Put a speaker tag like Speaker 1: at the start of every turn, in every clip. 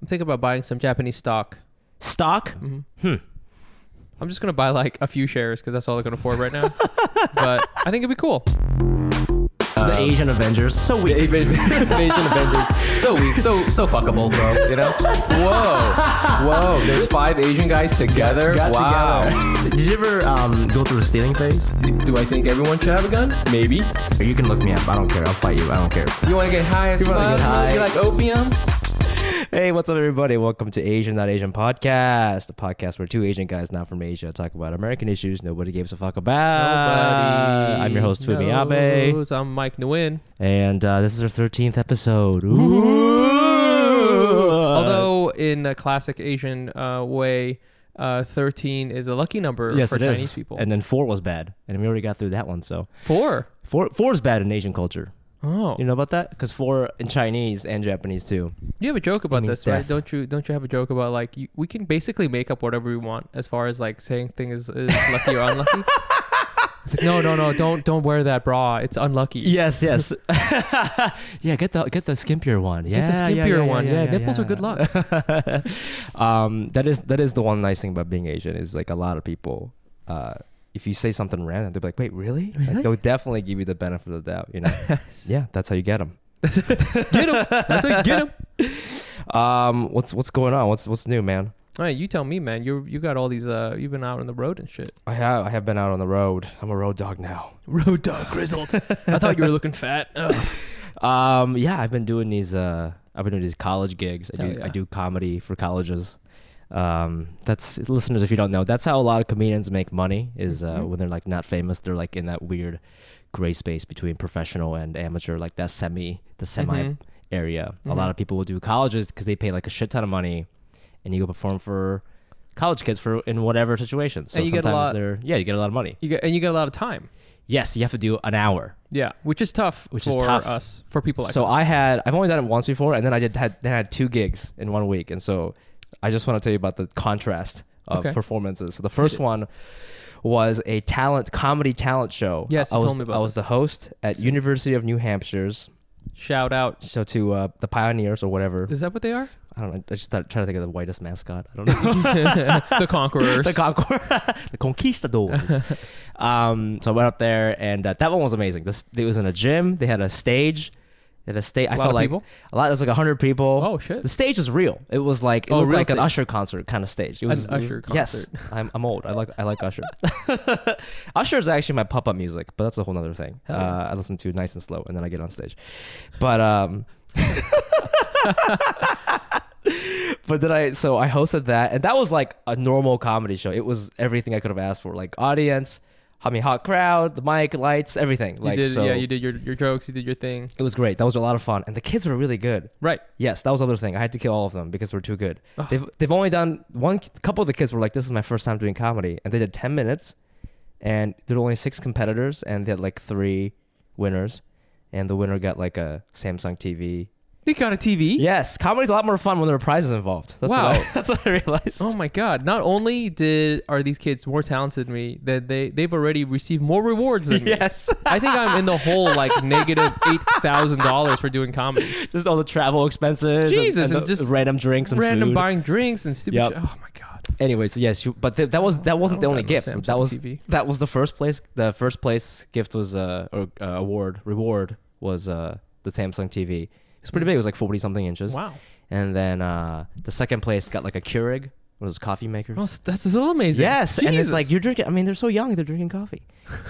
Speaker 1: I'm thinking about buying some Japanese stock.
Speaker 2: Stock?
Speaker 1: I'm just gonna buy like a few shares because that's all I can afford right now. but I think it'd be cool.
Speaker 2: the Asian Avengers. So
Speaker 3: The
Speaker 2: weak.
Speaker 3: Asian Asian Avengers. So weak, so so fuckable, bro. You know? Whoa, whoa. There's five Asian guys together.
Speaker 2: Got
Speaker 3: wow.
Speaker 2: together. Did you ever um, go through the stealing phase?
Speaker 3: Do I think everyone should have a gun? Maybe.
Speaker 2: You can look me up. I don't care. I'll fight you. I don't care.
Speaker 3: You want to get high as
Speaker 2: You wanna
Speaker 3: fuck?
Speaker 2: get high.
Speaker 3: You like opium?
Speaker 2: Hey, what's up, everybody? Welcome to Asian Not Asian Podcast, the podcast where two Asian guys not from Asia talk about American issues nobody gives a fuck about.
Speaker 1: Nobody
Speaker 2: Uh, I'm your host, Fumi Abe,
Speaker 1: knows. I'm Mike Nguyen.
Speaker 2: and uh, this is our 13th episode. Ooh.
Speaker 1: Although in a classic Asian uh, way, uh, 13 is a lucky number
Speaker 2: yes,
Speaker 1: for
Speaker 2: it
Speaker 1: Chinese
Speaker 2: is.
Speaker 1: people.
Speaker 2: And then four was bad, and we already got through that one. So
Speaker 1: Four.
Speaker 2: four, four is bad in Asian culture.
Speaker 1: Oh,
Speaker 2: You know about that? Because four in Chinese and Japanese too.
Speaker 1: you have a joke about
Speaker 2: means
Speaker 1: this,
Speaker 2: death.
Speaker 1: right? Don't you? Don't you have a joke about like you, we can basically make up whatever we want as far as like saying thing is, is lucky or unlucky? It's like, no, no, no! Don't don't wear that bra. It's unlucky.
Speaker 2: Yes, yes. yeah, get the get the skimpier one. Yeah,
Speaker 1: Get the
Speaker 2: yeah,
Speaker 1: skimpier
Speaker 2: yeah,
Speaker 1: one. Yeah, nipples
Speaker 2: yeah.
Speaker 1: are good luck.
Speaker 2: um, that is that is the one nice thing about being Asian is like a lot of people. Uh, if you say something random, they'll be like, "Wait, really?" Like, they'll definitely give you the benefit of the doubt. You know? yeah, that's how you get them.
Speaker 1: get him. That's like, get him.
Speaker 2: Um, what's what's going on? What's what's new, man?
Speaker 1: All right, you tell me, man. You you got all these. Uh, you've been out on the road and shit.
Speaker 2: I have I have been out on the road. I'm a road dog now.
Speaker 1: Road dog grizzled. I thought you were looking fat. Ugh.
Speaker 2: Um, yeah, I've been doing these. Uh, I've been doing these college gigs. I do.
Speaker 1: Hell yeah.
Speaker 2: I do comedy for colleges. Um, that's listeners. If you don't know, that's how a lot of comedians make money. Is uh,
Speaker 1: Mm-hmm.
Speaker 2: when they're like not famous, they're like in that weird gray space between professional and amateur, like that semi, the semi
Speaker 1: Mhm.
Speaker 2: area. A
Speaker 1: Mhm.
Speaker 2: lot of people will do colleges because they pay like a shit ton of money, and you go perform for college kids for in whatever situation. So
Speaker 1: And you get a
Speaker 2: sometimes
Speaker 1: lot-
Speaker 2: they're yeah, you get a lot of money.
Speaker 1: You get and you get a lot of time.
Speaker 2: Yes, you have to do an hour.
Speaker 1: Yeah, which is tough.
Speaker 2: Which
Speaker 1: for
Speaker 2: is tough.
Speaker 1: us for people like
Speaker 2: so
Speaker 1: us.
Speaker 2: I had I've only done it once before, and then I did had then I had two gigs in one week, and so I just want to tell you about the contrast of
Speaker 1: Okay.
Speaker 2: performances. So the first one was a talent comedy talent show.
Speaker 1: Yes,
Speaker 2: I
Speaker 1: you
Speaker 2: was
Speaker 1: told me about
Speaker 2: I was the host at University of New Hampshire's.
Speaker 1: shout out.
Speaker 2: So to uh, the pioneers or whatever.
Speaker 1: Is that what they are?
Speaker 2: I don't know. I just started trying to think of the whitest mascot. I don't know.
Speaker 1: the conquerors.
Speaker 2: the Concord, the conquistadors. um, so I went up there, and uh, that one was amazing. This it was in a gym. They had a stage. They had a stage. I
Speaker 1: lot
Speaker 2: felt
Speaker 1: of
Speaker 2: like
Speaker 1: people?
Speaker 2: a lot. It was like hundred people.
Speaker 1: Oh, shit.
Speaker 2: The stage was real. It was like it
Speaker 1: Oh,
Speaker 2: looked
Speaker 1: real
Speaker 2: like an
Speaker 1: stage.
Speaker 2: Usher concert kind of stage. It was
Speaker 1: An
Speaker 2: it was-
Speaker 1: Usher
Speaker 2: Yes, I'm, I'm old. I like I like Usher. Usher is actually my pop up music, but that's a whole other thing.
Speaker 1: Hell yeah.
Speaker 2: Uh, I listen to nice and slow, and then I get on stage. But um, but then I so I hosted that, and that was like a normal comedy show. It was everything I could have asked for, like audience, I mean, hot crowd, the mic, lights, everything.
Speaker 1: you
Speaker 2: Like
Speaker 1: did,
Speaker 2: so,
Speaker 1: yeah, you did your, your jokes. You did your thing.
Speaker 2: it was great. That was a lot of fun, and the kids were really good.
Speaker 1: Right.
Speaker 2: Yes, that was the other thing. I had to kill all of them because they were too good.
Speaker 1: Ugh.
Speaker 2: They've, they've only done one. A couple of the kids were like, "This is my first time doing comedy," and they did ten minutes, and there were only six competitors, and they had like three winners, and the winner got like a Samsung TV.
Speaker 1: They got a TV.
Speaker 2: Yes, comedy's a lot more fun when there are prizes involved. That's
Speaker 1: Wow.
Speaker 2: what I, that's what I realized.
Speaker 1: Oh my God! Not only did are these kids more talented than me, that they they've already received more rewards than me.
Speaker 2: yes,
Speaker 1: I think I'm in the hole like negative eight thousand dollars for doing comedy.
Speaker 2: just all the travel expenses, and-
Speaker 1: Jesus,
Speaker 2: and,
Speaker 1: and
Speaker 2: the
Speaker 1: just
Speaker 2: random drinks and
Speaker 1: Random
Speaker 2: food.
Speaker 1: buying drinks and stupid.
Speaker 2: Yep.
Speaker 1: shit. Oh my god!
Speaker 2: Anyways, yes, you, but th- that was that wasn't the
Speaker 1: I
Speaker 2: only
Speaker 1: don't got
Speaker 2: gift.
Speaker 1: no
Speaker 2: that
Speaker 1: Samsung
Speaker 2: was
Speaker 1: TV.
Speaker 2: that was the first place. The first place gift was uh, or, uh award reward was uh the Samsung TV. It's pretty big. It was like forty something inches.
Speaker 1: Hmm. Wow.
Speaker 2: And then uh the second place got like a Keurig, one of those coffee makers.
Speaker 1: Oh, that's still amazing.
Speaker 2: yes, and it's
Speaker 1: Jesus.
Speaker 2: like you're drinking. I mean, they're so young, they're drinking coffee.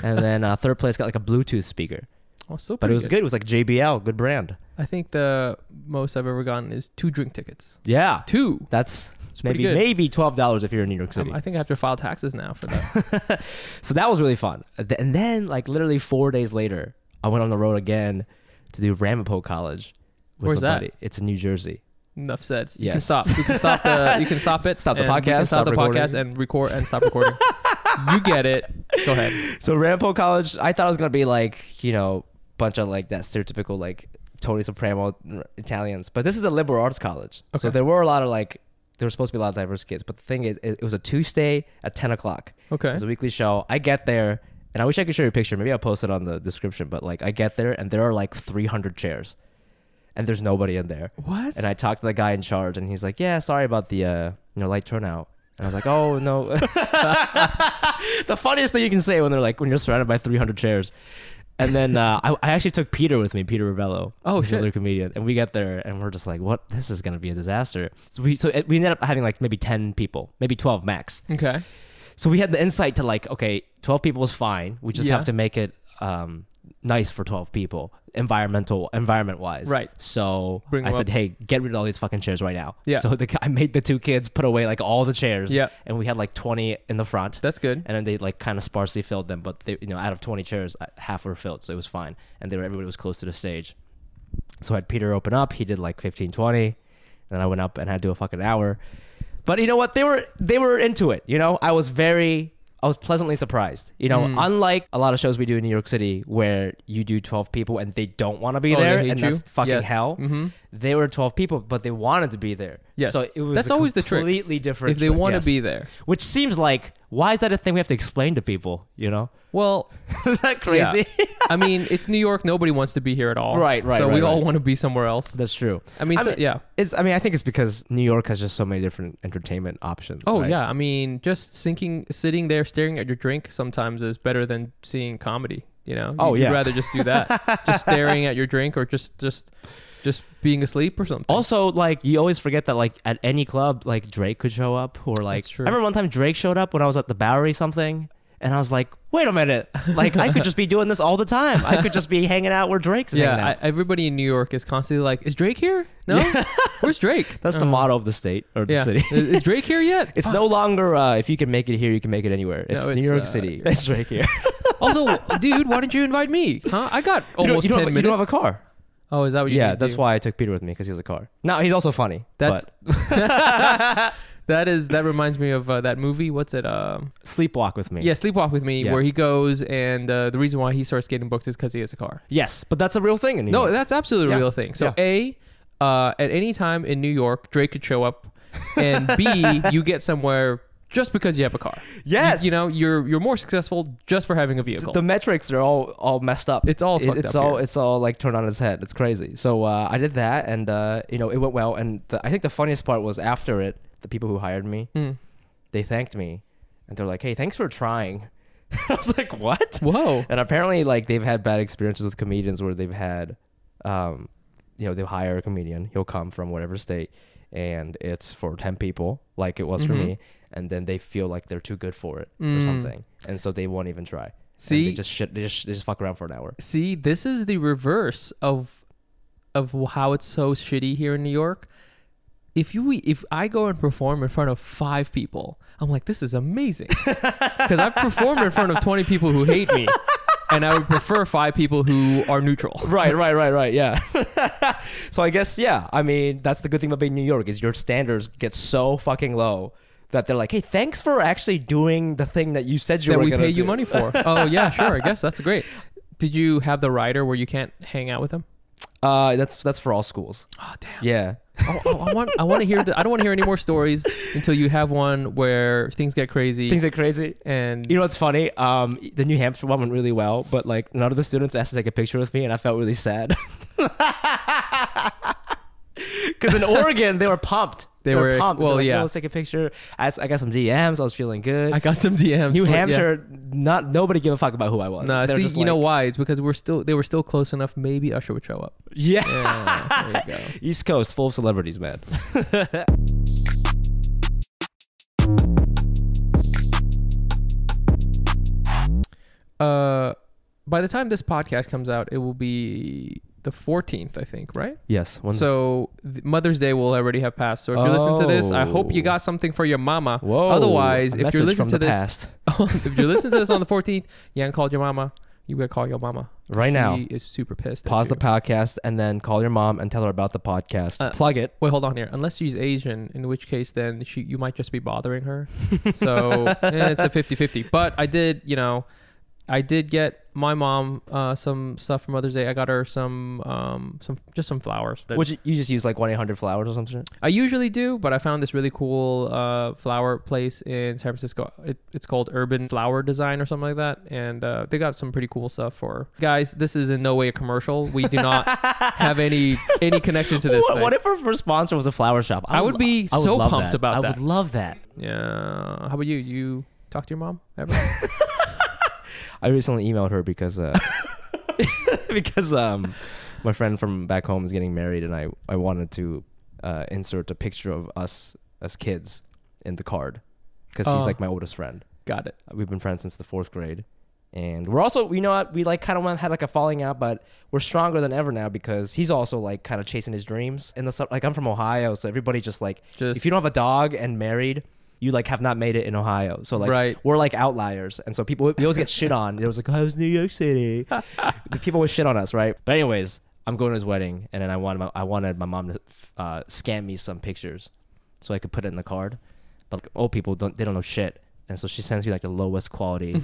Speaker 2: And then uh, third place got like a Bluetooth speaker,
Speaker 1: Oh, still
Speaker 2: but it
Speaker 1: pretty
Speaker 2: was good. It was like JBL, good brand.
Speaker 1: I think the most I've ever gotten is two drink tickets.
Speaker 2: Yeah,
Speaker 1: Two.
Speaker 2: that's
Speaker 1: pretty
Speaker 2: maybe
Speaker 1: good.
Speaker 2: maybe twelve dollars if you're in New York City.
Speaker 1: Um, I think I have to file taxes now for that.
Speaker 2: So that was really fun. Th- And then, like literally four days later, I went on the road again to do Ramapo College. with
Speaker 1: Where's
Speaker 2: my
Speaker 1: that?
Speaker 2: It's in New Jersey.
Speaker 1: Enough said. You can
Speaker 2: Yes.
Speaker 1: stop. You can stop the. You can stop it.
Speaker 2: Stop the
Speaker 1: and we can
Speaker 2: podcast,
Speaker 1: Stop,
Speaker 2: stop
Speaker 1: the podcast
Speaker 2: recording.
Speaker 1: and record and stop recording. you get it. Go ahead.
Speaker 2: So Ramapo College, I thought it was gonna be like you know bunch of like that stereotypical like Tony Soprano Italians, but this is a liberal arts college. So
Speaker 1: Okay.
Speaker 2: there were a lot of like there were supposed to be a lot of diverse kids, but the thing is, it, it was a Tuesday at ten o'clock.
Speaker 1: Okay.
Speaker 2: It's a weekly show. I get there, and I wish I could show you a picture. Maybe I'll post it on the description. But like, I get there, and there are like 300 chairs, and there's nobody in there.
Speaker 1: What?
Speaker 2: And I talked to the guy in charge, and he's like, "Yeah, sorry about the uh, you know light turnout." And I was like, "Oh no!" the funniest thing you can say when they're like when you're surrounded by 300 chairs. And then uh, I, I actually took Peter with me, Peter Ravello,
Speaker 1: Oh,
Speaker 2: who's
Speaker 1: shit.
Speaker 2: another comedian, and we get there and we're just like, "What? This is gonna be a disaster." So we so it- we ended up having like maybe 10 people, maybe 12 max.
Speaker 1: okay.
Speaker 2: So we had the insight to like, okay, 12 people is fine. We just
Speaker 1: Yeah.
Speaker 2: have to make it um, nice for 12 people, environmental, environment wise.
Speaker 1: Right.
Speaker 2: So
Speaker 1: Bring
Speaker 2: I
Speaker 1: 'em
Speaker 2: said,
Speaker 1: up.
Speaker 2: hey, get rid of all these fucking chairs right now.
Speaker 1: Yeah.
Speaker 2: So the, I made the two kids put away like all the chairs.
Speaker 1: Yeah.
Speaker 2: And we had like 20 in the front.
Speaker 1: That's good.
Speaker 2: and then they like kind of sparsely filled them, but they, you know, out of 20 chairs, uh, half were filled. So it was fine. And they were, everybody was close to the stage. So I had Peter open up. He did like 15, 20. And then I went up and had to do a fucking hour. But you know what? They were they were into it. You know, I was very I was pleasantly surprised. You know,
Speaker 1: Mm.
Speaker 2: unlike a lot of shows we do in New York City where you do 12 people and they don't want to be
Speaker 1: Oh, they
Speaker 2: there
Speaker 1: hate
Speaker 2: and
Speaker 1: you?
Speaker 2: that's fucking
Speaker 1: Yes.
Speaker 2: hell.
Speaker 1: Mhm.
Speaker 2: They were 12 people, but they wanted to be there.
Speaker 1: Yes.
Speaker 2: So it was
Speaker 1: That's
Speaker 2: a
Speaker 1: always the trick.
Speaker 2: completely different.
Speaker 1: If they
Speaker 2: trick.
Speaker 1: want to
Speaker 2: Yes.
Speaker 1: be there.
Speaker 2: Which seems like why is that a thing we have to explain to people? You know,
Speaker 1: Well,
Speaker 2: is that
Speaker 1: yeah.
Speaker 2: crazy?
Speaker 1: I mean, it's New York. Nobody wants to be here at all.
Speaker 2: Right, right,
Speaker 1: So
Speaker 2: right,
Speaker 1: we all
Speaker 2: right.
Speaker 1: want to be somewhere else.
Speaker 2: That's true.
Speaker 1: I mean,
Speaker 2: I
Speaker 1: so-
Speaker 2: mean-
Speaker 1: yeah.
Speaker 2: It's. I mean, I think it's because New York has just so many different entertainment options.
Speaker 1: Oh
Speaker 2: right?
Speaker 1: yeah. I mean, just sinking, sitting there staring at your drink sometimes is better than seeing comedy. You know.
Speaker 2: Oh,
Speaker 1: You'd
Speaker 2: yeah.
Speaker 1: rather just do that, just staring at your drink, or just just just being asleep or something.
Speaker 2: Also, like you always forget that, like at any club, like Drake could show up, or like
Speaker 1: That's true.
Speaker 2: I remember one time Drake showed up when I was at the Bowery something, and I was like, wait a minute, like I could just be doing this all the time. I could just be hanging out where Drake's hanging
Speaker 1: yeah.
Speaker 2: out.
Speaker 1: I, everybody in New York is constantly like, "Is Drake here? No. Where's Drake?
Speaker 2: That's the
Speaker 1: Uh,
Speaker 2: motto of the state or the
Speaker 1: Yeah.
Speaker 2: city.
Speaker 1: is, is Drake here yet?
Speaker 2: It's no longer uh, if you can make it here, you can make it anywhere.
Speaker 1: No,
Speaker 2: It's,
Speaker 1: it's,
Speaker 2: New York
Speaker 1: uh,
Speaker 2: City. It's Drake here.
Speaker 1: Also, dude, why didn't you invite me? Huh? I got
Speaker 2: You don't-
Speaker 1: almost
Speaker 2: you don't,
Speaker 1: ten
Speaker 2: have,
Speaker 1: minutes.
Speaker 2: You don't have a car.
Speaker 1: oh, is that what you?
Speaker 2: yeah,
Speaker 1: need to
Speaker 2: that's
Speaker 1: do?
Speaker 2: why I took Peter with me because he has a car. No, he's also funny.
Speaker 1: That's
Speaker 2: That's
Speaker 1: that is that reminds me of uh, that movie. What's it? Um,
Speaker 2: sleepwalk with me.
Speaker 1: yeah, Sleepwalk with Me,
Speaker 2: Yeah.
Speaker 1: where he goes and uh, the reason why he starts getting booked is because he has a car.
Speaker 2: Yes, but that's a real thing in New
Speaker 1: No,
Speaker 2: York.
Speaker 1: that's absolutely a
Speaker 2: Yeah.
Speaker 1: real thing. So
Speaker 2: Yeah.
Speaker 1: a, uh, at any time in New York, Drake could show up, and b, you get somewhere just because you have a car.
Speaker 2: Yes.
Speaker 1: you know you're you're more successful just for having a vehicle.
Speaker 2: the metrics are all all messed up.
Speaker 1: It's all fucked
Speaker 2: it's
Speaker 1: up
Speaker 2: all
Speaker 1: here.
Speaker 2: it's all like turned on its head. It's crazy. So uh, I did that, and uh, you know it went well. And the, I think the funniest part was after it, the people who hired me,
Speaker 1: Mm.
Speaker 2: they thanked me, and they're like, "Hey, thanks for trying." I was like, "What?"
Speaker 1: Whoa.
Speaker 2: And apparently, like they've had bad experiences with comedians where they've had, um, you know, they will hire a comedian. He'll come from whatever state, and it's for ten people, like it was for
Speaker 1: Mhm.
Speaker 2: me. And then they feel like they're too good for it or
Speaker 1: Mm.
Speaker 2: something, and so they won't even try. And
Speaker 1: See,
Speaker 2: they just shit, they just, they just fuck around for an hour.
Speaker 1: See, this is the reverse of of how it's so shitty here in New York. If you if I go and perform in front of five people, I'm like, this is amazing because I've performed in front of 20 people who hate me, and I would prefer five people who are neutral.
Speaker 2: Right, right, right, right. Yeah. so I guess yeah. I mean, that's the good thing about being in New York is your standards get so fucking low that they're like, hey, thanks for actually doing the thing that you said you
Speaker 1: that
Speaker 2: were
Speaker 1: we
Speaker 2: gonna
Speaker 1: pay you
Speaker 2: do."
Speaker 1: money for. oh yeah, sure. I guess that's great. Did you have the rider where you can't hang out with them?
Speaker 2: Uh, that's that's for all schools.
Speaker 1: Oh damn.
Speaker 2: Yeah.
Speaker 1: Oh, oh, I want I want to hear the, I don't want to hear any more stories until you have one where things get crazy
Speaker 2: Things are crazy.
Speaker 1: and
Speaker 2: You know what's funny? Um, the New Hampshire one went really well, but like none of the students asked to take a picture with me, and I felt really sad. Because in Oregon, they were pumped.
Speaker 1: They were ex-
Speaker 2: pumped. They're
Speaker 1: well,
Speaker 2: like,
Speaker 1: yeah.
Speaker 2: Let's take a picture. I, s- I got some DMs. I was feeling good.
Speaker 1: I got some DMs.
Speaker 2: New
Speaker 1: like, yeah.
Speaker 2: Hampshire, not nobody gave a fuck about who I was.
Speaker 1: No,
Speaker 2: They're
Speaker 1: see, you
Speaker 2: just
Speaker 1: know
Speaker 2: like-
Speaker 1: why? It's because we're still they were still close enough. Maybe Usher would show up.
Speaker 2: Yeah.
Speaker 1: Yeah, there you go.
Speaker 2: East Coast, full of celebrities, man.
Speaker 1: Uh, by the time this podcast comes out, it will be the 14th, I think, right?
Speaker 2: yes. One
Speaker 1: So th- Mother's Day will already have passed. So if you listen to this, I hope you
Speaker 2: Oh.
Speaker 1: got something for your mama.
Speaker 2: Whoa.
Speaker 1: Otherwise,
Speaker 2: a
Speaker 1: if you're
Speaker 2: message
Speaker 1: listening
Speaker 2: from
Speaker 1: to
Speaker 2: the
Speaker 1: this,
Speaker 2: past.
Speaker 1: if you're listening to this on the 14th, you haven't called your mama. You better call your mama
Speaker 2: Right
Speaker 1: she
Speaker 2: now.
Speaker 1: Is super pissed. at
Speaker 2: pause the
Speaker 1: you.
Speaker 2: podcast and then call your mom and tell her about the podcast.
Speaker 1: Uh,
Speaker 2: Plug it.
Speaker 1: Wait, hold on here. Unless she's Asian, in which case then she you might just be bothering her. So eh, it's a 50-50. But I did, you know, I did get my mom uh, some stuff for Mother's Day. I got her some um, some just some flowers.
Speaker 2: Which you just use like one eight hundred flowers or something.
Speaker 1: I usually do, but I found this really cool uh, flower place in San Francisco. It, it's called Urban Flower Design or something like that, and uh, they got some pretty cool stuff for guys. This is in no way a commercial. We do not have any any connection to this.
Speaker 2: What,
Speaker 1: thing.
Speaker 2: what if our first sponsor was a flower shop?
Speaker 1: I would be
Speaker 2: I would
Speaker 1: so
Speaker 2: love
Speaker 1: pumped
Speaker 2: that.
Speaker 1: about
Speaker 2: I
Speaker 1: that.
Speaker 2: would love that.
Speaker 1: yeah. How about you? You talk to your mom ever?
Speaker 2: I recently emailed her because uh, because um, my friend from back home is getting married, and I I wanted to uh, insert a picture of us as kids in the card because
Speaker 1: Oh.
Speaker 2: he's like my oldest friend.
Speaker 1: got it.
Speaker 2: We've been friends since the fourth grade, and we're also you know what we like kind of had like a falling out, but we're stronger than ever now because he's also like kind of chasing his dreams. And that's like I'm from Ohio, so everybody just like
Speaker 1: Just-
Speaker 2: if you don't have a dog and married. You like have not made it in Ohio, so like
Speaker 1: Right.
Speaker 2: we're like outliers, and so people we always get shit on. There was like, oh, it was New York City. the people would shit on us, right? But anyways, I'm going to his wedding, and then I wanted my, I wanted my mom to uh, scan me some pictures, so I could put it in the card. But like, old people don't they don't know shit, and so she sends me like the lowest quality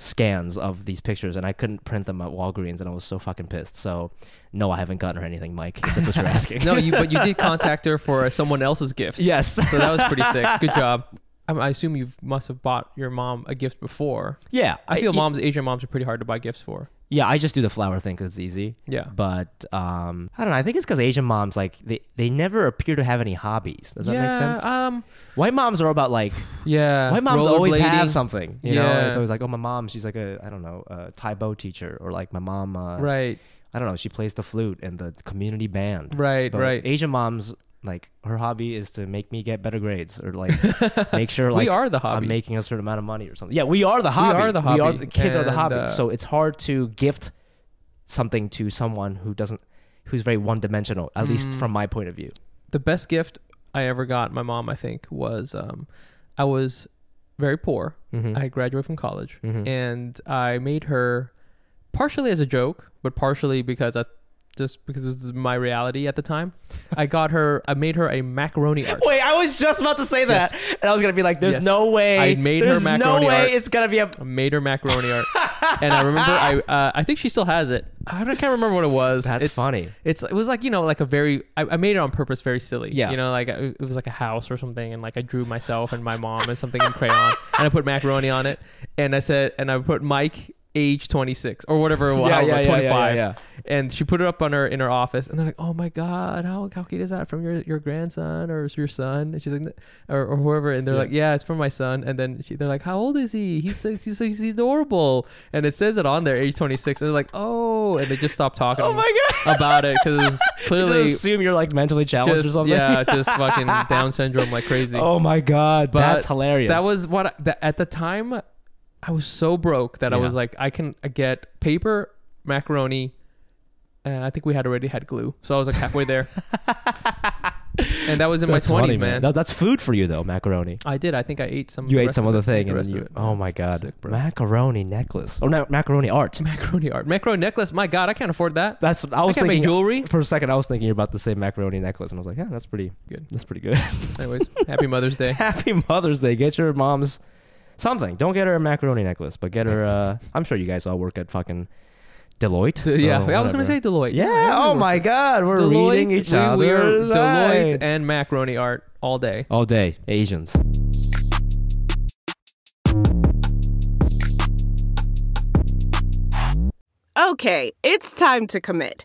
Speaker 2: scans of these pictures, and I couldn't print them at Walgreens, and I was so fucking pissed. So no, I haven't gotten her anything, Mike. If that's what you're asking.
Speaker 1: No, you but you did contact her for uh, someone else's gift.
Speaker 2: yes.
Speaker 1: So that was pretty sick. Good job. I, I assume you must have bought your mom a gift before.
Speaker 2: Yeah.
Speaker 1: I feel moms, Asian moms, are pretty hard to buy gifts for.
Speaker 2: Yeah, I just do the flower thing because it's easy.
Speaker 1: Yeah.
Speaker 2: But um, I don't know. I think it's because Asian moms like they, they never appear to have any hobbies. Does that
Speaker 1: yeah,
Speaker 2: make sense?
Speaker 1: Um,
Speaker 2: White moms are about like
Speaker 1: yeah.
Speaker 2: white moms always
Speaker 1: rollerblading.
Speaker 2: have something. You know,
Speaker 1: Yeah.
Speaker 2: it's always like oh my mom she's like a I don't know a Taibo teacher or like my mom uh,
Speaker 1: Right,
Speaker 2: I don't know she plays the flute and the community band.
Speaker 1: right,
Speaker 2: But
Speaker 1: right.
Speaker 2: Asian moms like her hobby is to make me get better grades or like make sure like
Speaker 1: we are the hobby.
Speaker 2: I'm making a certain amount of money or something. Yeah, we are the hobby.
Speaker 1: are the hobby.
Speaker 2: the kids are the
Speaker 1: And,
Speaker 2: hobby.
Speaker 1: uh,
Speaker 2: so it's hard to gift something to someone who doesn't, who's very one dimensional. At least
Speaker 1: Mm.
Speaker 2: from my point of view.
Speaker 1: the best gift I ever got, my mom, I think, was um, I was very poor.
Speaker 2: Mhm.
Speaker 1: I graduated from college,
Speaker 2: Mhm.
Speaker 1: and I made her partially as a joke, but partially because I just because this is my reality at the time. I got her. I made her a macaroni art.
Speaker 2: Wait, I was just about to say that, and I was gonna be like, "There's
Speaker 1: Yes.
Speaker 2: no way.
Speaker 1: I made her
Speaker 2: there's
Speaker 1: macaroni
Speaker 2: no way
Speaker 1: art.
Speaker 2: it's gonna be a."
Speaker 1: I made her macaroni art, and I remember I uh, I think she still has it. I don't- I can't remember what it was.
Speaker 2: That's
Speaker 1: It's-
Speaker 2: funny.
Speaker 1: It's it was like you know like a very I, I made it on purpose very silly
Speaker 2: Yeah.
Speaker 1: you know like I- it was like a house or something and like I drew myself and my mom and something in crayon and I put macaroni on it and I said and I put Mike age 26 or whatever it was
Speaker 2: Yeah,
Speaker 1: however,
Speaker 2: yeah, yeah, yeah,
Speaker 1: 25
Speaker 2: yeah,
Speaker 1: and she put it up on her in her office and they're like oh my god how, how cute is that from your your grandson or your son and she's like or, or whoever and they're like yeah it's from my son and then she, they're like how old is he he's so, he's, so, he's adorable and it says it on there age 26 and they're like oh and they just stopped talking
Speaker 2: Oh my god!
Speaker 1: about it because
Speaker 2: Really,
Speaker 1: clearly
Speaker 2: just assume you're like mentally challenged or
Speaker 1: just
Speaker 2: something.
Speaker 1: yeah just fucking down syndrome like crazy
Speaker 2: Oh my god,
Speaker 1: But
Speaker 2: that's hilarious.
Speaker 1: that was what I, that, at the time i was so broke that i
Speaker 2: Yeah.
Speaker 1: was like i can get paper macaroni uh, i think we had already had glue so i was like halfway there and that was in
Speaker 2: That's
Speaker 1: my 20s
Speaker 2: funny,
Speaker 1: man,
Speaker 2: That- that's food for you though, macaroni.
Speaker 1: i did i think i ate some
Speaker 2: You
Speaker 1: the
Speaker 2: ate
Speaker 1: rest
Speaker 2: some
Speaker 1: of
Speaker 2: other
Speaker 1: it. I ate
Speaker 2: thing,
Speaker 1: the
Speaker 2: and
Speaker 1: rest
Speaker 2: then
Speaker 1: of
Speaker 2: you.
Speaker 1: it.
Speaker 2: Oh my god,
Speaker 1: Sick, bro.
Speaker 2: macaroni necklace. Oh no, macaroni art.
Speaker 1: macaroni art macaroni necklace my god i can't afford that
Speaker 2: That's I
Speaker 1: i
Speaker 2: was
Speaker 1: can't make
Speaker 2: thinking
Speaker 1: jewelry
Speaker 2: for a second. I was thinking you're about to say macaroni necklace, and I was like, yeah, that's pretty
Speaker 1: Good.
Speaker 2: That's pretty good.
Speaker 1: anyways happy mother's day
Speaker 2: Happy Mother's Day. Get your mom's something. Don't get her a macaroni necklace, but get her. Uh, I'm sure you guys all work at fucking Deloitte. so
Speaker 1: yeah i was
Speaker 2: whatever.
Speaker 1: gonna say deloitte
Speaker 2: Yeah. oh
Speaker 1: everyone
Speaker 2: my god, we're
Speaker 1: Deloitte,
Speaker 2: reading each
Speaker 1: we-
Speaker 2: other.
Speaker 1: We are Deloitte and macaroni art all day.
Speaker 2: all day Asians.
Speaker 4: Okay, it's time to commit.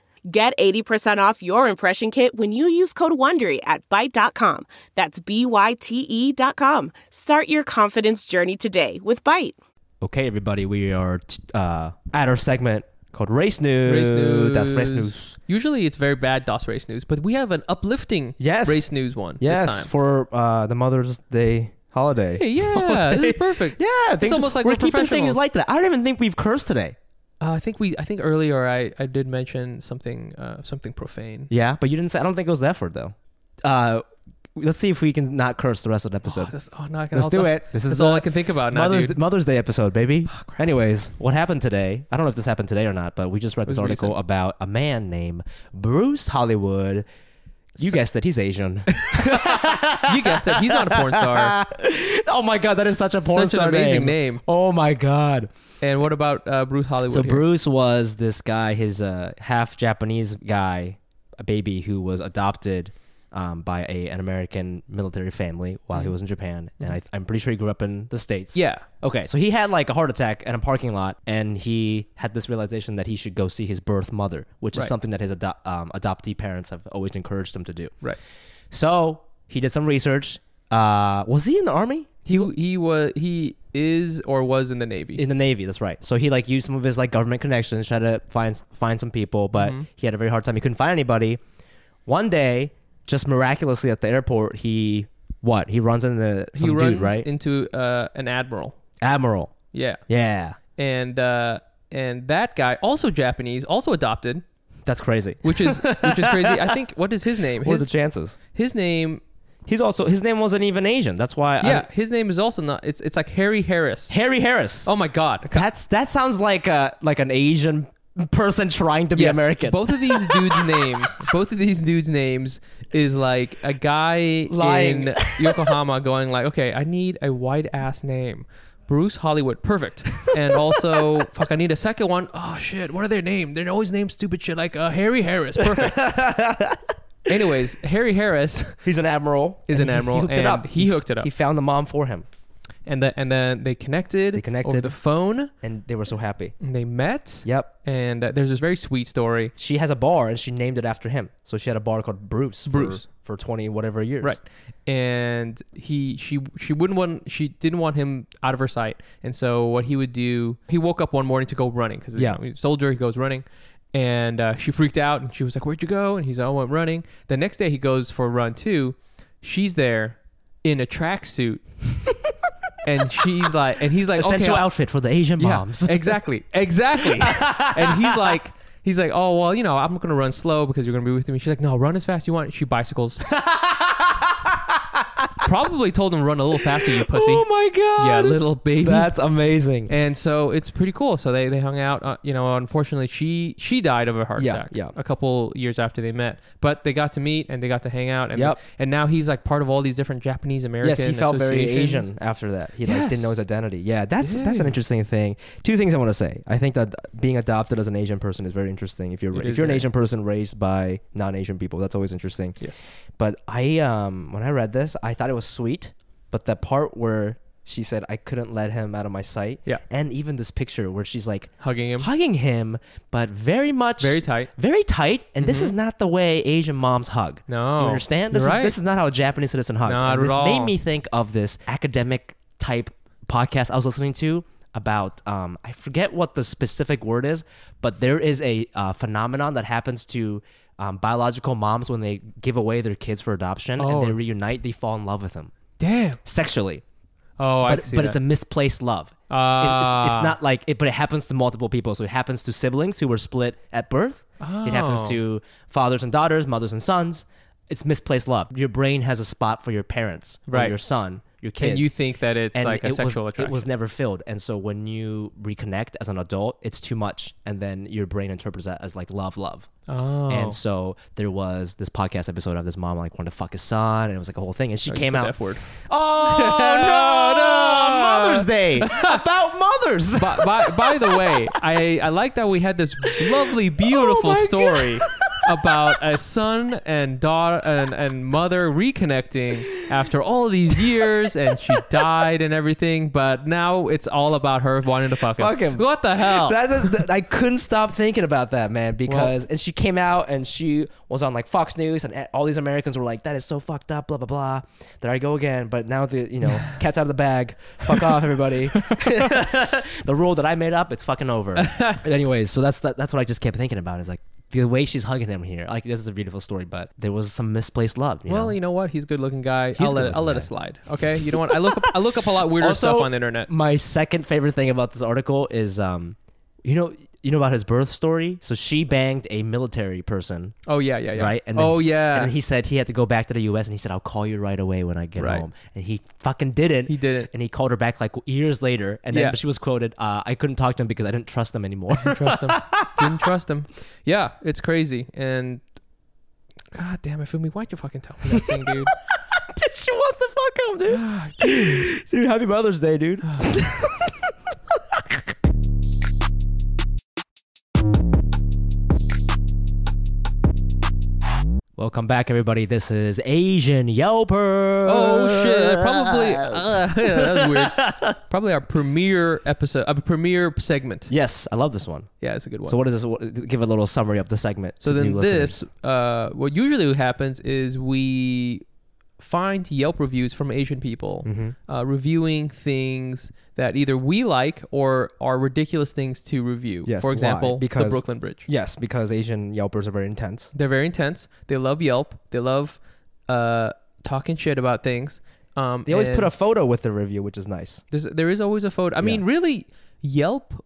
Speaker 4: Get 80% off your impression kit when you use code WONDERY at Byte.com. That's B-Y-T-E E dot com. Start your confidence journey today with Byte.
Speaker 2: Okay, everybody, we are t- uh, at our segment called Race
Speaker 1: Race
Speaker 2: News.
Speaker 1: news.
Speaker 2: That's Race News.
Speaker 1: Usually it's very bad DOS race news, but we have an uplifting
Speaker 2: Yes.
Speaker 1: race news one this
Speaker 2: Yes,
Speaker 1: time.
Speaker 2: for uh, the Mother's Day holiday.
Speaker 1: Hey, yeah, this is perfect.
Speaker 2: Yeah,
Speaker 1: it's almost like
Speaker 2: we're
Speaker 1: we're
Speaker 2: keeping things
Speaker 1: professionals.
Speaker 2: like that. I don't even think we've cursed today.
Speaker 1: Uh, I think we. I think earlier I, I did mention something uh, something profane.
Speaker 2: Yeah, but you didn't say. I don't think it was that word though. Uh, let's see if we can not curse the rest of the
Speaker 1: Oh,
Speaker 2: episode.
Speaker 1: that's, oh, now I can,
Speaker 2: let's
Speaker 1: all-
Speaker 2: do
Speaker 1: that's-
Speaker 2: it. This is
Speaker 1: that's all
Speaker 2: uh,
Speaker 1: I can think about now,
Speaker 2: Mother's
Speaker 1: dude.
Speaker 2: Mother's Day episode, baby. Anyways, what happened today? I don't know if this happened today or not, but we just read this
Speaker 1: was
Speaker 2: article
Speaker 1: recent.
Speaker 2: about a man named Bruce Hollywood. You guessed it, he's Asian.
Speaker 1: you guessed it. He's not a porn star.
Speaker 2: oh my god, that is such a porn
Speaker 1: Such an
Speaker 2: star
Speaker 1: amazing name.
Speaker 2: Oh my god.
Speaker 1: And what about uh, Bruce Hollywood?
Speaker 2: So
Speaker 1: here?
Speaker 2: Bruce was this guy, his uh, half Japanese guy, a baby who was adopted um, by a, an American military family while he was in Japan, and I, I'm pretty sure he grew up in the states.
Speaker 1: Mm-hmm. Yeah.
Speaker 2: Okay, so he had like a heart attack in a parking lot, and he had this realization that he should go see his birth mother, which
Speaker 1: Right.
Speaker 2: is something that his ado- um, adoptee parents have always encouraged him to do.
Speaker 1: Right.
Speaker 2: So he did some research. Uh, was he in the army?
Speaker 1: He he was he is or was in the navy.
Speaker 2: in the navy that's right so he like used some of his like government connections tried to find find some people but
Speaker 1: Mm-hmm.
Speaker 2: he had a very hard time he couldn't find anybody one day just miraculously at the airport he what he runs into
Speaker 1: he
Speaker 2: some
Speaker 1: runs
Speaker 2: dude right
Speaker 1: into uh, an admiral.
Speaker 2: admiral
Speaker 1: Yeah.
Speaker 2: yeah
Speaker 1: And uh, and that guy also Japanese, also adopted,
Speaker 2: that's crazy
Speaker 1: which is which is crazy. I think what is his name?
Speaker 2: what are the
Speaker 1: His,
Speaker 2: chances
Speaker 1: his name.
Speaker 2: he's also his name wasn't even asian that's why I-
Speaker 1: Yeah, his name is also not. It's it's like Harry Harris.
Speaker 2: harry harris
Speaker 1: Oh my God.
Speaker 2: that's that sounds like a like an asian person trying to be
Speaker 1: Yes,
Speaker 2: american
Speaker 1: Both of these dudes' names, both of these dudes' names is like a guy
Speaker 2: Lying.
Speaker 1: in Yokohama going like, okay, I need a white ass name. Bruce Hollywood, perfect. And also, fuck, I need a second one. Oh shit, what are their names? They're always named stupid shit like uh, Harry Harris, perfect. Anyways, Harry Harris
Speaker 2: he's an admiral
Speaker 1: He's
Speaker 2: and
Speaker 1: an
Speaker 2: he-
Speaker 1: admiral,
Speaker 2: he hooked it
Speaker 1: and
Speaker 2: up
Speaker 1: he hooked it up.
Speaker 2: he found the mom for him
Speaker 1: and the, and then they connected.
Speaker 2: They connected.
Speaker 1: over the phone.
Speaker 2: and they were so happy
Speaker 1: And they met.
Speaker 2: yep
Speaker 1: And uh, there's this very sweet story.
Speaker 2: she has a bar and she named it after him. So she had a bar called Bruce. for-
Speaker 1: Bruce.
Speaker 2: For, 20 whatever years.
Speaker 1: Right. And he she she wouldn't want she didn't want him out of her sight. And so what he would do, he woke up one morning to go running because
Speaker 2: Yeah.
Speaker 1: he's a soldier, he goes running. And uh, she freaked out and she was like, "Where'd you go?" And he's like, "Oh, I'm running." The next day he goes for a run too. She's there in a tracksuit. and she's like and he's like,
Speaker 2: Essential
Speaker 1: "Okay, I'll-
Speaker 2: outfit for the Asian
Speaker 1: yeah,
Speaker 2: moms.
Speaker 1: exactly. Exactly. and he's like, he's like, oh well, you know, I'm gonna run slow because you're gonna be with me. She's like, no, run as fast as you want. She bicycles. Probably told him run a little faster, you pussy.
Speaker 2: Oh my god.
Speaker 1: yeah, little baby.
Speaker 2: That's amazing.
Speaker 1: and so it's pretty cool. So they, they hung out. Uh, you know, unfortunately, she she died of a heart
Speaker 2: Yeah,
Speaker 1: attack.
Speaker 2: yeah.
Speaker 1: A couple years after they met, but they got to meet and they got to hang out. And
Speaker 2: Yep.
Speaker 1: and now he's like part of all these different Japanese American.
Speaker 2: Yes, he felt very
Speaker 1: associations.
Speaker 2: Asian after that. He like
Speaker 1: Yes.
Speaker 2: didn't know his identity. Yeah, that's that's an interesting thing. Two things I want to say. I think that being adopted as an Asian person is very interesting. If you're
Speaker 1: It is
Speaker 2: if you're an
Speaker 1: very-
Speaker 2: Asian person raised by non-Asian people, that's always interesting.
Speaker 1: Yes.
Speaker 2: But I um when I read this, I thought it was sweet, but the part where she said I couldn't let him out of my sight.
Speaker 1: Yeah.
Speaker 2: And even this picture where she's like
Speaker 1: Hugging him.
Speaker 2: hugging him, but very much
Speaker 1: Very tight. Mm-hmm.
Speaker 2: very tight. And this is not the way Asian moms hug.
Speaker 1: No.
Speaker 2: do you understand? This
Speaker 1: You're
Speaker 2: is
Speaker 1: right.
Speaker 2: this is not how a Japanese citizen hugs.
Speaker 1: Not
Speaker 2: And
Speaker 1: at
Speaker 2: this
Speaker 1: all.
Speaker 2: made me think of this academic type podcast I was listening to about um, I forget what the specific word is, but there is a uh, phenomenon that happens to um, biological moms when they give away their kids for adoption
Speaker 1: Oh.
Speaker 2: and they reunite, they fall in love with them
Speaker 1: Damn.
Speaker 2: sexually
Speaker 1: Oh, I
Speaker 2: but,
Speaker 1: see
Speaker 2: but
Speaker 1: that.
Speaker 2: it's a misplaced love. It- it's,
Speaker 1: Ah.
Speaker 2: it's not like it, but it happens to multiple people. So it happens to siblings who were split at birth. It happens
Speaker 1: Oh.
Speaker 2: to fathers and daughters, mothers and sons. It's misplaced love. Your brain has a spot for your parents, or
Speaker 1: Right.
Speaker 2: your son, your kids.
Speaker 1: and you think that it's
Speaker 2: And
Speaker 1: like a
Speaker 2: it
Speaker 1: sexual
Speaker 2: was,
Speaker 1: attraction.
Speaker 2: It was never filled, and so when you reconnect as an adult, it's too much, and then your brain interprets that as like love, love.
Speaker 1: Oh.
Speaker 2: And so there was this podcast episode of this mom like wanted to fuck his son, and it was like a whole thing. And she
Speaker 1: I
Speaker 2: came
Speaker 1: said
Speaker 2: out.
Speaker 1: F word.
Speaker 2: Oh no,
Speaker 1: no.
Speaker 2: On Mother's Day about mothers.
Speaker 1: by, by, by the way, I, I like that we had this lovely, beautiful
Speaker 2: Oh my
Speaker 1: story about a son and daughter and, and mother reconnecting after all these years and she died and everything, but now it's all about her wanting to fuck him.
Speaker 2: Fuck him.
Speaker 1: What the hell?
Speaker 2: That is, that- I couldn't stop thinking about that, man, because and she came out and she was on like Fox News and all these Americans were like, "That is so fucked up," blah blah blah. There I go again, but now the you know cat's out of the bag. Fuck off, everybody. the rule that I made up, it's fucking over. but anyways, so that's that, that's what I just kept thinking about. Is like the way she's hugging him here. Like this is a beautiful story, but there was some misplaced love. You
Speaker 1: well,
Speaker 2: know?
Speaker 1: you know what? He's a good looking guy. I'll
Speaker 2: a
Speaker 1: let it,
Speaker 2: good-looking
Speaker 1: I'll let
Speaker 2: guy.
Speaker 1: it slide. Okay. You know what? I look up I look up a lot weirder
Speaker 2: Also,
Speaker 1: stuff on the internet.
Speaker 2: My second favorite thing about this article is, um, you know, you know about his birth story? So she banged a military person,
Speaker 1: Oh yeah, yeah, yeah.
Speaker 2: right? then
Speaker 1: oh
Speaker 2: he-
Speaker 1: yeah.
Speaker 2: And then he said he had to go back to the U.S. and he said, "I'll call you right away when I get
Speaker 1: Right.
Speaker 2: home." And he fucking didn't.
Speaker 1: He didn't.
Speaker 2: And he called her back like years later. And then
Speaker 1: Yeah.
Speaker 2: but she was quoted, uh, "I couldn't talk to him because I didn't trust him anymore."
Speaker 1: Didn't trust him. Didn't trust him. Yeah, it's crazy. And God damn it, Fumi, why'd you fucking tell me that thing, dude?
Speaker 2: Dude, she wants to fuck him, dude. dude, happy Mother's Day, dude. Welcome back, everybody. This is Asian Yelper.
Speaker 1: oh shit, probably uh, yeah, that was weird. Probably our premiere episode, a premiere segment. Yeah.
Speaker 2: Yes, I love this one.
Speaker 1: it's a good one.
Speaker 2: So, what is this? what- Give a little summary of the segment.
Speaker 1: So
Speaker 2: to
Speaker 1: then
Speaker 2: new
Speaker 1: this,
Speaker 2: listeners.
Speaker 1: uh, what usually happens is we find Yelp reviews from Asian people
Speaker 2: Mm-hmm.
Speaker 1: uh, reviewing things that either we like or are ridiculous things to review.
Speaker 2: Yes,
Speaker 1: For
Speaker 2: why?
Speaker 1: example, the
Speaker 2: Because-
Speaker 1: Brooklyn Bridge.
Speaker 2: Yes, because Asian Yelpers are very intense.
Speaker 1: They're very intense. They love Yelp. They love uh, talking shit about things. Um,
Speaker 2: They always
Speaker 1: and
Speaker 2: put a photo with the review, which is nice.
Speaker 1: There's, there is always a photo. I mean, really, Yelp,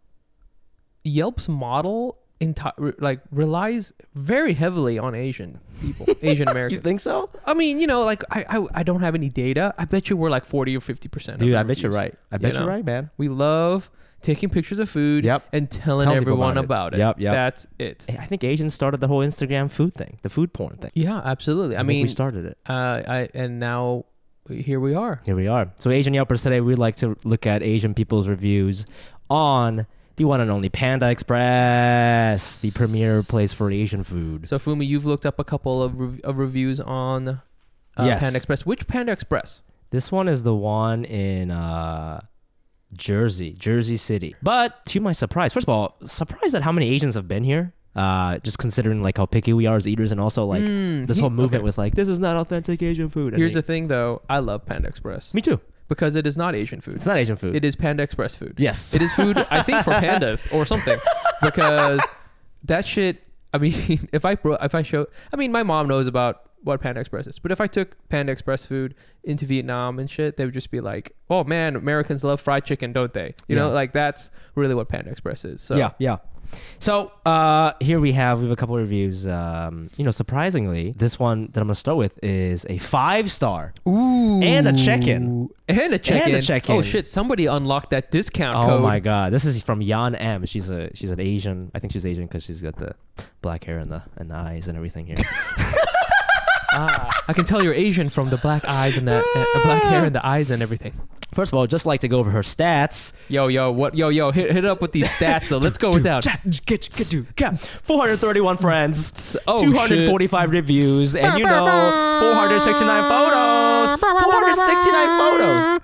Speaker 1: Yelp's model enti- re- like relies very heavily on Asian people, Asian
Speaker 2: You
Speaker 1: Americans.
Speaker 2: think so?
Speaker 1: I mean, you know, like I, I, I don't have any data. I bet you we're like forty or fifty percent.
Speaker 2: Dude, I bet you're right. I bet
Speaker 1: know?
Speaker 2: you're right, man.
Speaker 1: We love taking pictures of food
Speaker 2: Yep.
Speaker 1: and telling
Speaker 2: Telling people
Speaker 1: everyone about
Speaker 2: about it.
Speaker 1: it.
Speaker 2: Yep, yep.
Speaker 1: That's it.
Speaker 2: I think Asians started the whole Instagram food thing, the food porn thing.
Speaker 1: Yeah, absolutely. I,
Speaker 2: think
Speaker 1: mean,
Speaker 2: we started it.
Speaker 1: uh, I and now here we are.
Speaker 2: Here we are. So, Asian Yelpers today, we like to look at Asian people's reviews on the one and only Panda Express, the premier place for Asian food.
Speaker 1: So Fumi, you've looked up a couple of, rev of reviews on uh,
Speaker 2: Yes.
Speaker 1: Panda Express. Which Panda Express?
Speaker 2: This one is the one in uh, Jersey, Jersey City. But to my surprise, first of all, surprised at how many Asians have been here. Uh, just considering like how picky we are as eaters, and also like this whole movement with like this is not authentic Asian food. And
Speaker 1: Hmm, Here's
Speaker 2: they-
Speaker 1: the thing, though. I love Panda Express
Speaker 2: me too.
Speaker 1: because it is not Asian food.
Speaker 2: It's not Asian food.
Speaker 1: It is Panda Express food.
Speaker 2: Yes.
Speaker 1: It is food, I think, for pandas or something, because that shit. I mean, if I bro- if I show, I mean, my mom knows about what Panda Express is, but if I took Panda Express food into Vietnam and shit, they would just be like, "Oh man, Americans love fried chicken, don't they?" You know,
Speaker 2: Yeah.
Speaker 1: like that's really what Panda Express is. So
Speaker 2: Yeah, yeah. So uh, here we have we have a couple of reviews. Um, you know, surprisingly, this one that I'm gonna start with is a five star.
Speaker 1: Ooh,
Speaker 2: And a check-in.
Speaker 1: and a check-in,
Speaker 2: check-in.
Speaker 1: Oh shit, somebody unlocked that discount
Speaker 2: Oh
Speaker 1: code.
Speaker 2: my god, this is from Yan M. She's a she's an Asian. I think she's Asian because she's got the black hair and the and the eyes and everything here.
Speaker 1: I can tell you're Asian from the black eyes and that uh, black hair and the eyes and everything.
Speaker 2: First of all, just like to go over her stats.
Speaker 1: Yo, yo, what? Yo, yo, hit, hit up with these stats though. Let's go with that.
Speaker 2: Four hundred thirty-one friends,
Speaker 1: Oh,
Speaker 2: two hundred forty-five reviews, and you know, four hundred sixty-nine photos. Four hundred sixty-nine photos.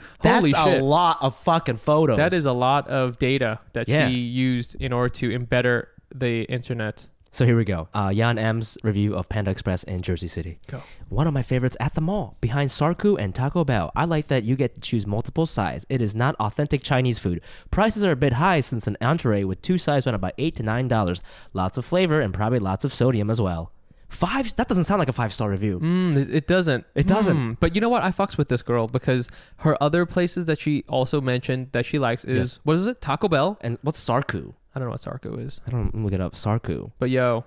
Speaker 1: Holy
Speaker 2: That's a
Speaker 1: shit.
Speaker 2: lot of fucking photos.
Speaker 1: That is a lot of data that
Speaker 2: Yeah.
Speaker 1: she used in order to embetter the internet.
Speaker 2: So here we go. Uh, Jan M's review of Panda Express in Jersey City.
Speaker 1: Go.
Speaker 2: One of my favorites at the mall, behind Sarku and Taco Bell. I like that you get to choose multiple sides. It is not authentic Chinese food. Prices are a bit high since an entree with two sides went about eight to nine dollars. Lots of flavor and probably lots of sodium as well. Five? That doesn't sound like a five star review.
Speaker 1: Mm, it- it doesn't.
Speaker 2: It doesn't.
Speaker 1: Mm, But you know what? I fucks with this girl because her other places that she also mentioned that she likes is
Speaker 2: Yes.
Speaker 1: what is it? Taco Bell.
Speaker 2: And what's Sarku?
Speaker 1: I don't know what Sarco is,
Speaker 2: I don't look it up. Sarku.
Speaker 1: but yo,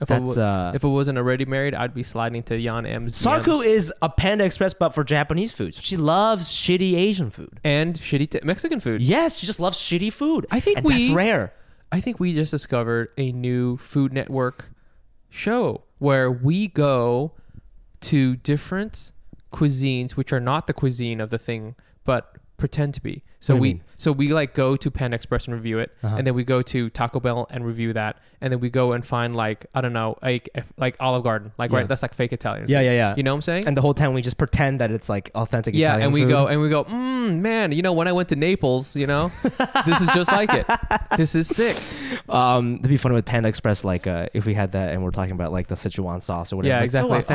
Speaker 1: if I
Speaker 2: That's
Speaker 1: wa-
Speaker 2: uh.
Speaker 1: if I wasn't already married, I'd be sliding to Jan M's.
Speaker 2: Sarku
Speaker 1: DMs.
Speaker 2: is a Panda Express, but for Japanese food. So she loves shitty Asian food.
Speaker 1: and shitty t- Mexican food.
Speaker 2: Yes, she just loves shitty food.
Speaker 1: I think
Speaker 2: and that's
Speaker 1: we-
Speaker 2: rare.
Speaker 1: I think we just discovered a new Food Network show where we go to different cuisines, which are not the cuisine of the thing, but pretend to be. So
Speaker 2: What do you
Speaker 1: we
Speaker 2: mean? Uh-huh.
Speaker 1: so we like go to Panda Express and review it, and then we go to Taco Bell and review that, and then we go and find like I don't know like if- like Olive Garden, like
Speaker 2: Yeah.
Speaker 1: right that's like fake Italian.
Speaker 2: Yeah,
Speaker 1: food.
Speaker 2: yeah, yeah.
Speaker 1: You know what I'm saying?
Speaker 2: and the whole time we just pretend that it's like authentic
Speaker 1: yeah,
Speaker 2: Italian
Speaker 1: and we
Speaker 2: food.
Speaker 1: go and we go. Mm, man, you know when I went to Naples, you know, this is just like it. This is sick.
Speaker 2: Um, it'd be funny with Panda Express, like uh, if we had that and we're talking about like the Sichuan sauce or whatever.
Speaker 1: Yeah,
Speaker 2: like,
Speaker 1: exactly. Ah.
Speaker 2: So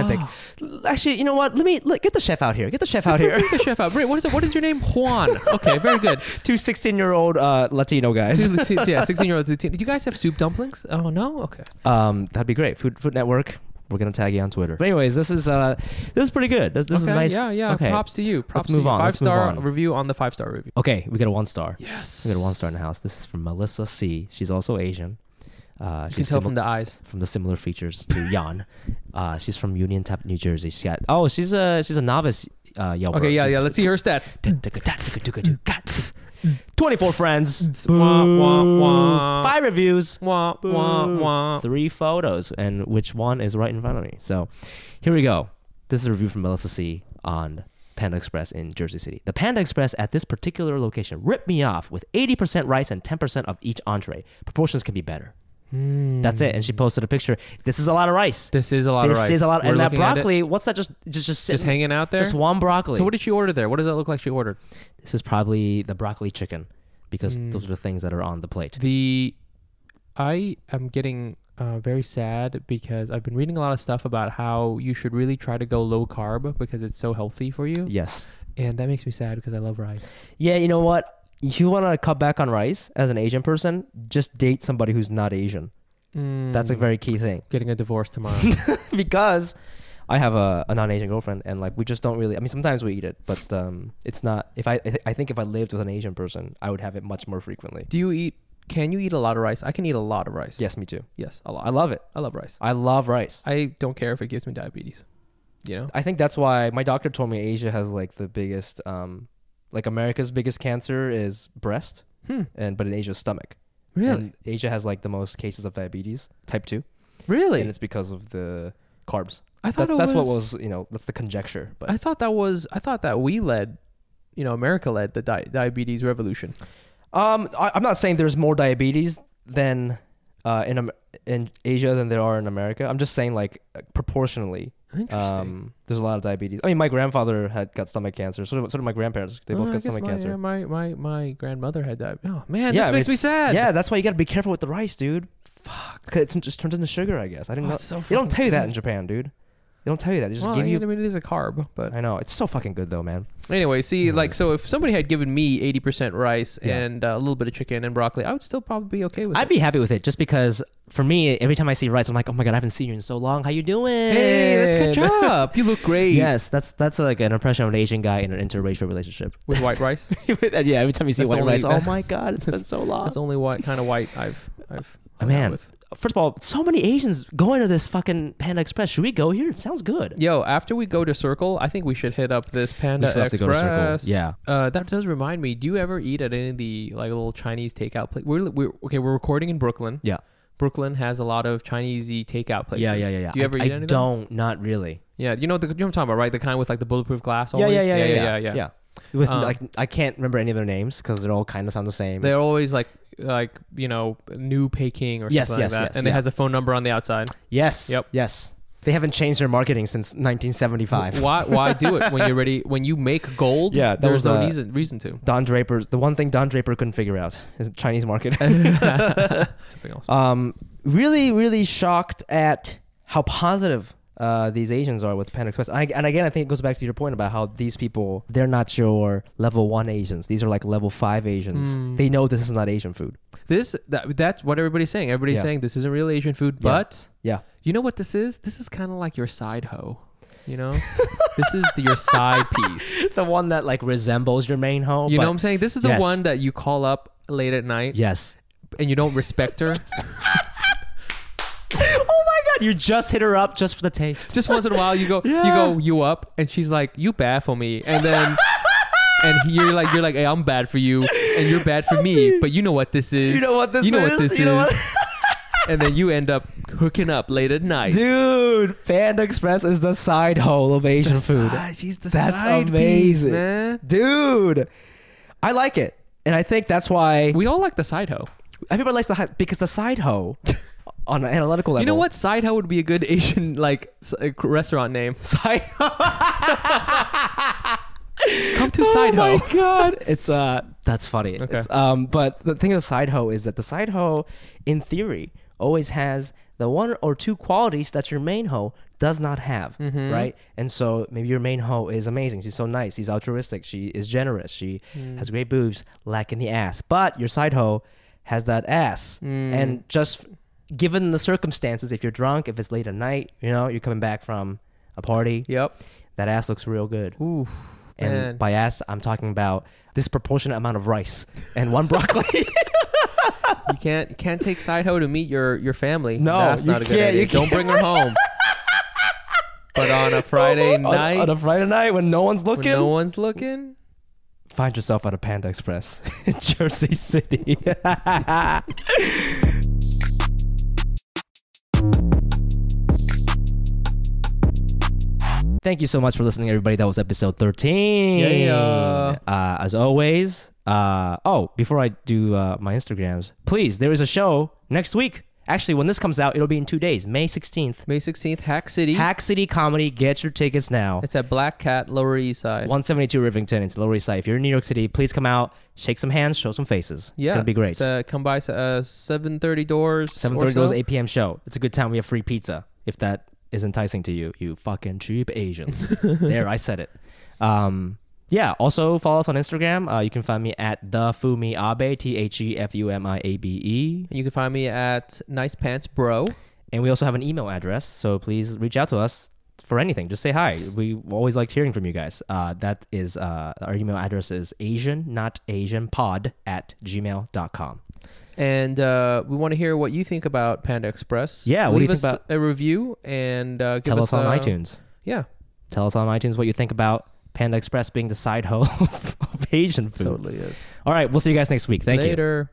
Speaker 2: authentic. Actually, you know what? Let me let, get the chef out here. Get the chef out here.
Speaker 1: Bring the chef out. Bring- What is it? What is your name? Juan. Okay, very good.
Speaker 2: Two 16-year-old uh, Latino guys.
Speaker 1: Two Lati- yeah, sixteen-year-old Latino. Do you guys have soup dumplings? Oh no. Okay.
Speaker 2: Um, that'd be great. Food Food Network. We're gonna tag you on Twitter. But anyways, this is uh, this is pretty good. This, this
Speaker 1: okay,
Speaker 2: is nice.
Speaker 1: Yeah, yeah.
Speaker 2: Okay.
Speaker 1: Props to you. Props
Speaker 2: move
Speaker 1: to you.
Speaker 2: on,
Speaker 1: Five
Speaker 2: let's move
Speaker 1: star
Speaker 2: on.
Speaker 1: review on the five star review.
Speaker 2: Okay, we got a one star.
Speaker 1: Yes.
Speaker 2: We got a one star in the house. This is from Melissa C. She's also Asian. Uh,
Speaker 1: You can
Speaker 2: she's
Speaker 1: tell
Speaker 2: simil-
Speaker 1: from the eyes.
Speaker 2: from the similar features to Jan. Uh, she's from Union Tap, New Jersey. She got oh, she's a she's a novice uh, Yelper.
Speaker 1: Okay, yeah,
Speaker 2: She's-
Speaker 1: yeah. Let's see her stats.
Speaker 2: Twenty-four friends,
Speaker 1: Wah, wah, wah.
Speaker 2: five reviews,
Speaker 1: Wah, wah, wah.
Speaker 2: Uh, three photos, and which one is right in front of me? So, here we go. This is a review from Melissa C on Panda Express in Jersey City. The Panda Express at this particular location ripped me off with 80% rice and 10% of each entree. Proportions can be better. That's it. And she posted a picture. This is a lot of rice.
Speaker 1: Hmm. This is a lot
Speaker 2: this
Speaker 1: of rice.
Speaker 2: is a lot.
Speaker 1: We're
Speaker 2: and that
Speaker 1: looking at it.
Speaker 2: broccoli, what's that? Just just just,
Speaker 1: just
Speaker 2: sitting-
Speaker 1: hanging out there.
Speaker 2: Just one broccoli.
Speaker 1: So what did she order there? What does that look like she ordered?
Speaker 2: this is probably the broccoli chicken because
Speaker 1: Hmm.
Speaker 2: those are the things that are on the plate.
Speaker 1: The I am getting uh, very sad because I've been reading a lot of stuff about how you should really try to go low carb because it's so healthy for you,
Speaker 2: Yes.
Speaker 1: and that makes me sad because I love rice.
Speaker 2: Yeah. You know what? If you want to cut back on rice as an Asian person, just date somebody who's not Asian. That's a very key thing
Speaker 1: Getting a divorce tomorrow.
Speaker 2: because I have a, a non-Asian girlfriend and like we just don't really. I mean, sometimes we eat it, but um, it's not. If I I, th- I think if I lived with an Asian person, I would have it much more frequently.
Speaker 1: Do you eat? Can you eat a lot of rice? I can eat a lot of rice.
Speaker 2: Yes, me too.
Speaker 1: Yes, a lot.
Speaker 2: I love it.
Speaker 1: I love rice.
Speaker 2: I love rice.
Speaker 1: I don't care if it gives me diabetes. You know.
Speaker 2: I think that's why my doctor told me Asia has like the biggest, um, like America's biggest cancer is breast,
Speaker 1: Hmm.
Speaker 2: and but in Asia, stomach.
Speaker 1: Really?
Speaker 2: And Asia has like the most cases of diabetes type two, and
Speaker 1: Really?
Speaker 2: it's because of the carbs.
Speaker 1: I thought
Speaker 2: That's,
Speaker 1: it
Speaker 2: that's
Speaker 1: was,
Speaker 2: what was you know that's the conjecture, but
Speaker 1: I thought that was. I thought that we led. You know, America led the di- diabetes revolution.
Speaker 2: um, I, I'm not saying there's more diabetes than uh, in Am- in Asia than there are in America. I'm just saying like uh, proportionally.
Speaker 1: Interesting.
Speaker 2: Um, there's a lot of diabetes. I mean, my grandfather had got stomach cancer. So did, so did my grandparents. They
Speaker 1: Oh,
Speaker 2: both
Speaker 1: I
Speaker 2: got
Speaker 1: guess
Speaker 2: stomach
Speaker 1: my,
Speaker 2: cancer.
Speaker 1: yeah, my my my grandmother had that. Oh man,
Speaker 2: yeah,
Speaker 1: this
Speaker 2: I mean,
Speaker 1: makes me
Speaker 2: it's-
Speaker 1: sad.
Speaker 2: Yeah, that's why you gotta be careful with the rice, dude. Fuck. Cause it's- it just turns into sugar, I guess. I didn't
Speaker 1: Oh,
Speaker 2: know.
Speaker 1: it's so
Speaker 2: they don't
Speaker 1: fucking
Speaker 2: tell you that
Speaker 1: good.
Speaker 2: in Japan, dude. They don't tell you that. They just
Speaker 1: well,
Speaker 2: give
Speaker 1: I
Speaker 2: you.
Speaker 1: mean, it is a carb, but
Speaker 2: I know. It's so fucking good though, man.
Speaker 1: anyway, see, like, so if somebody had given me eighty percent rice
Speaker 2: Yeah.
Speaker 1: and uh, a little bit of chicken and broccoli, I would still probably be okay with
Speaker 2: I'd
Speaker 1: it.
Speaker 2: be happy with it just because for me, every time I see rice, I'm like, oh my god, I haven't seen you in so long. How you doing?
Speaker 1: hey, that's good job. you look great.
Speaker 2: Yes, that's that's like an impression of an Asian guy in an interracial relationship.
Speaker 1: with white rice.
Speaker 2: And yeah, every time you see
Speaker 1: That's the
Speaker 2: white
Speaker 1: only-
Speaker 2: rice, oh my god, it's been so long.
Speaker 1: That's the only white kind of white I've I've.
Speaker 2: Oh,
Speaker 1: hung out
Speaker 2: man,
Speaker 1: with.
Speaker 2: first of all, so many Asians going to this fucking Panda Express. Should we go here? It sounds good.
Speaker 1: Yo, after we go to Circle, I think we should hit up this Panda
Speaker 2: still have to
Speaker 1: Express.
Speaker 2: go to Circle, yeah.
Speaker 1: uh, that does remind me. Do you ever eat at any of the like little Chinese takeout place? We're, we're okay. We're recording in Brooklyn.
Speaker 2: Yeah.
Speaker 1: Brooklyn has a lot of Chinesey takeout places.
Speaker 2: Yeah, yeah, yeah, yeah.
Speaker 1: Do you ever
Speaker 2: I,
Speaker 1: eat any
Speaker 2: I
Speaker 1: of them?
Speaker 2: don't. Not really.
Speaker 1: Yeah, you know the you know what I'm talking about, right? The kind with like the bulletproof glass.
Speaker 2: Yeah
Speaker 1: Always.
Speaker 2: yeah yeah, yeah, yeah,
Speaker 1: yeah,
Speaker 2: With
Speaker 1: Um,
Speaker 2: like, I can't remember any of their names because they all kind of sound the same.
Speaker 1: They're
Speaker 2: It's-
Speaker 1: always like like you know New Peking or
Speaker 2: Yes,
Speaker 1: something
Speaker 2: yes,
Speaker 1: like that,
Speaker 2: yes,
Speaker 1: and
Speaker 2: yeah.
Speaker 1: it has a phone number on the outside.
Speaker 2: yes,
Speaker 1: Yep.
Speaker 2: yes. They haven't changed their marketing since 1975.
Speaker 1: Why why do it when you're ready when you make gold?
Speaker 2: Yeah, that
Speaker 1: there's
Speaker 2: was,
Speaker 1: no
Speaker 2: uh,
Speaker 1: reason reason to
Speaker 2: Don Draper's the one thing Don Draper couldn't figure out is the Chinese market.
Speaker 1: something else.
Speaker 2: um, really, really shocked at how positive. Uh, these Asians are with Panda Express, and, I, and again, I think it goes back to your point about how these people—they're not your level one Asians. These are like level five Asians.
Speaker 1: Hmm.
Speaker 2: They know this is not Asian food.
Speaker 1: This that that's what everybody's saying. Everybody's
Speaker 2: Yeah.
Speaker 1: saying this isn't real Asian food,
Speaker 2: Yeah.
Speaker 1: but
Speaker 2: Yeah,
Speaker 1: you know what this is? This is kind of like your side hoe. You know, this is the, your side piece.
Speaker 2: the one that like resembles your main home.
Speaker 1: You know
Speaker 2: but-
Speaker 1: what I'm saying? This is the
Speaker 2: Yes.
Speaker 1: one that you call up late at night
Speaker 2: Yes.
Speaker 1: and you don't respect her.
Speaker 2: Oh my god, you just hit her up just for the taste.
Speaker 1: Just once in a while, you go, you go, you up, and she's like, "You bad for me," and then. And you're like you're like hey, I'm bad for you, and you're bad for me. But you know what this is.
Speaker 2: You know what this
Speaker 1: You know what
Speaker 2: is?
Speaker 1: this
Speaker 2: You know
Speaker 1: is.
Speaker 2: what-
Speaker 1: and then you end up hooking up late at night,
Speaker 2: Dude, Panda Express is the side hole of Asian food.
Speaker 1: Side- she's the
Speaker 2: That's
Speaker 1: side
Speaker 2: amazing.
Speaker 1: piece, man.
Speaker 2: Dude, I like it. And I think that's why
Speaker 1: We all like the side hoe.
Speaker 2: everybody likes the high, because the side hoe on an analytical level.
Speaker 1: You know what? Side hoe would be a good Asian like s- uh, restaurant name.
Speaker 2: Side hoe.
Speaker 1: Come to side hoe.
Speaker 2: Oh my god. It's uh that's funny. It's, um but the thing with side hoe is that the side hoe in theory always has the one or two qualities that your main hoe does not have, right? And so maybe your main hoe is amazing. She's so nice. She's altruistic. She is generous. She has great Mm. boobs, lacking the ass. But your side hoe has that ass. And just given the circumstances, if you're drunk, if it's late at night, you know, you're coming back from a party,
Speaker 1: Yep.
Speaker 2: that ass looks real good.
Speaker 1: Ooh.
Speaker 2: And
Speaker 1: man.
Speaker 2: by ass, I'm talking about disproportionate amount of rice and one broccoli.
Speaker 1: You can't you can't take Sideho to meet your your family.
Speaker 2: No,
Speaker 1: that's
Speaker 2: you
Speaker 1: not a good
Speaker 2: can't,
Speaker 1: idea.
Speaker 2: you
Speaker 1: Don't bring her home. but on a Friday
Speaker 2: on,
Speaker 1: night,
Speaker 2: on a Friday night when no one's
Speaker 1: when
Speaker 2: looking,
Speaker 1: no one's looking,
Speaker 2: find yourself at a Panda Express in Jersey City. Thank you so much for listening, everybody. That was episode 13.
Speaker 1: Yeah.
Speaker 2: Uh, as always, uh, oh, before I do uh, my Instagrams, please, there is a show next week. Actually, when this comes out, it'll be in two days, May 16th.
Speaker 1: May sixteenth, Hack City.
Speaker 2: Hack City Comedy. Get your tickets now.
Speaker 1: It's at Black Cat, Lower East Side.
Speaker 2: 172 Rivington. It's Lower East Side. If you're in New York City, please come out, shake some hands, show some faces.
Speaker 1: yeah,
Speaker 2: It's going to be great.
Speaker 1: It's, uh, come by uh, seven thirty doors. or
Speaker 2: 7.30 goes
Speaker 1: so.
Speaker 2: 8 p.m. show. It's a good time. We have free pizza. If that is enticing to you, you fucking cheap Asians. there, I said it. Um, yeah, also follow us on Instagram. Uh, you can find me at the Fumi Abe, T H E F U M I A B E.
Speaker 1: And you can find me at Nice Pants Bro.
Speaker 2: And we also have an email address, so please reach out to us for anything. Just say hi. We always liked hearing from you guys. Uh, that is uh, our email address is Asian not Asian pod at gmail.com.
Speaker 1: And uh, we want to hear what you think about Panda Express.
Speaker 2: Yeah,
Speaker 1: leave
Speaker 2: what do you
Speaker 1: us
Speaker 2: think about-
Speaker 1: a review and uh, give
Speaker 2: Tell us on
Speaker 1: uh,
Speaker 2: iTunes.
Speaker 1: Yeah,
Speaker 2: Tell us on iTunes what you think about Panda Express being the side hoe of Asian food.
Speaker 1: totally is.
Speaker 2: All right, we'll see you guys next week. Thank you.
Speaker 1: Later.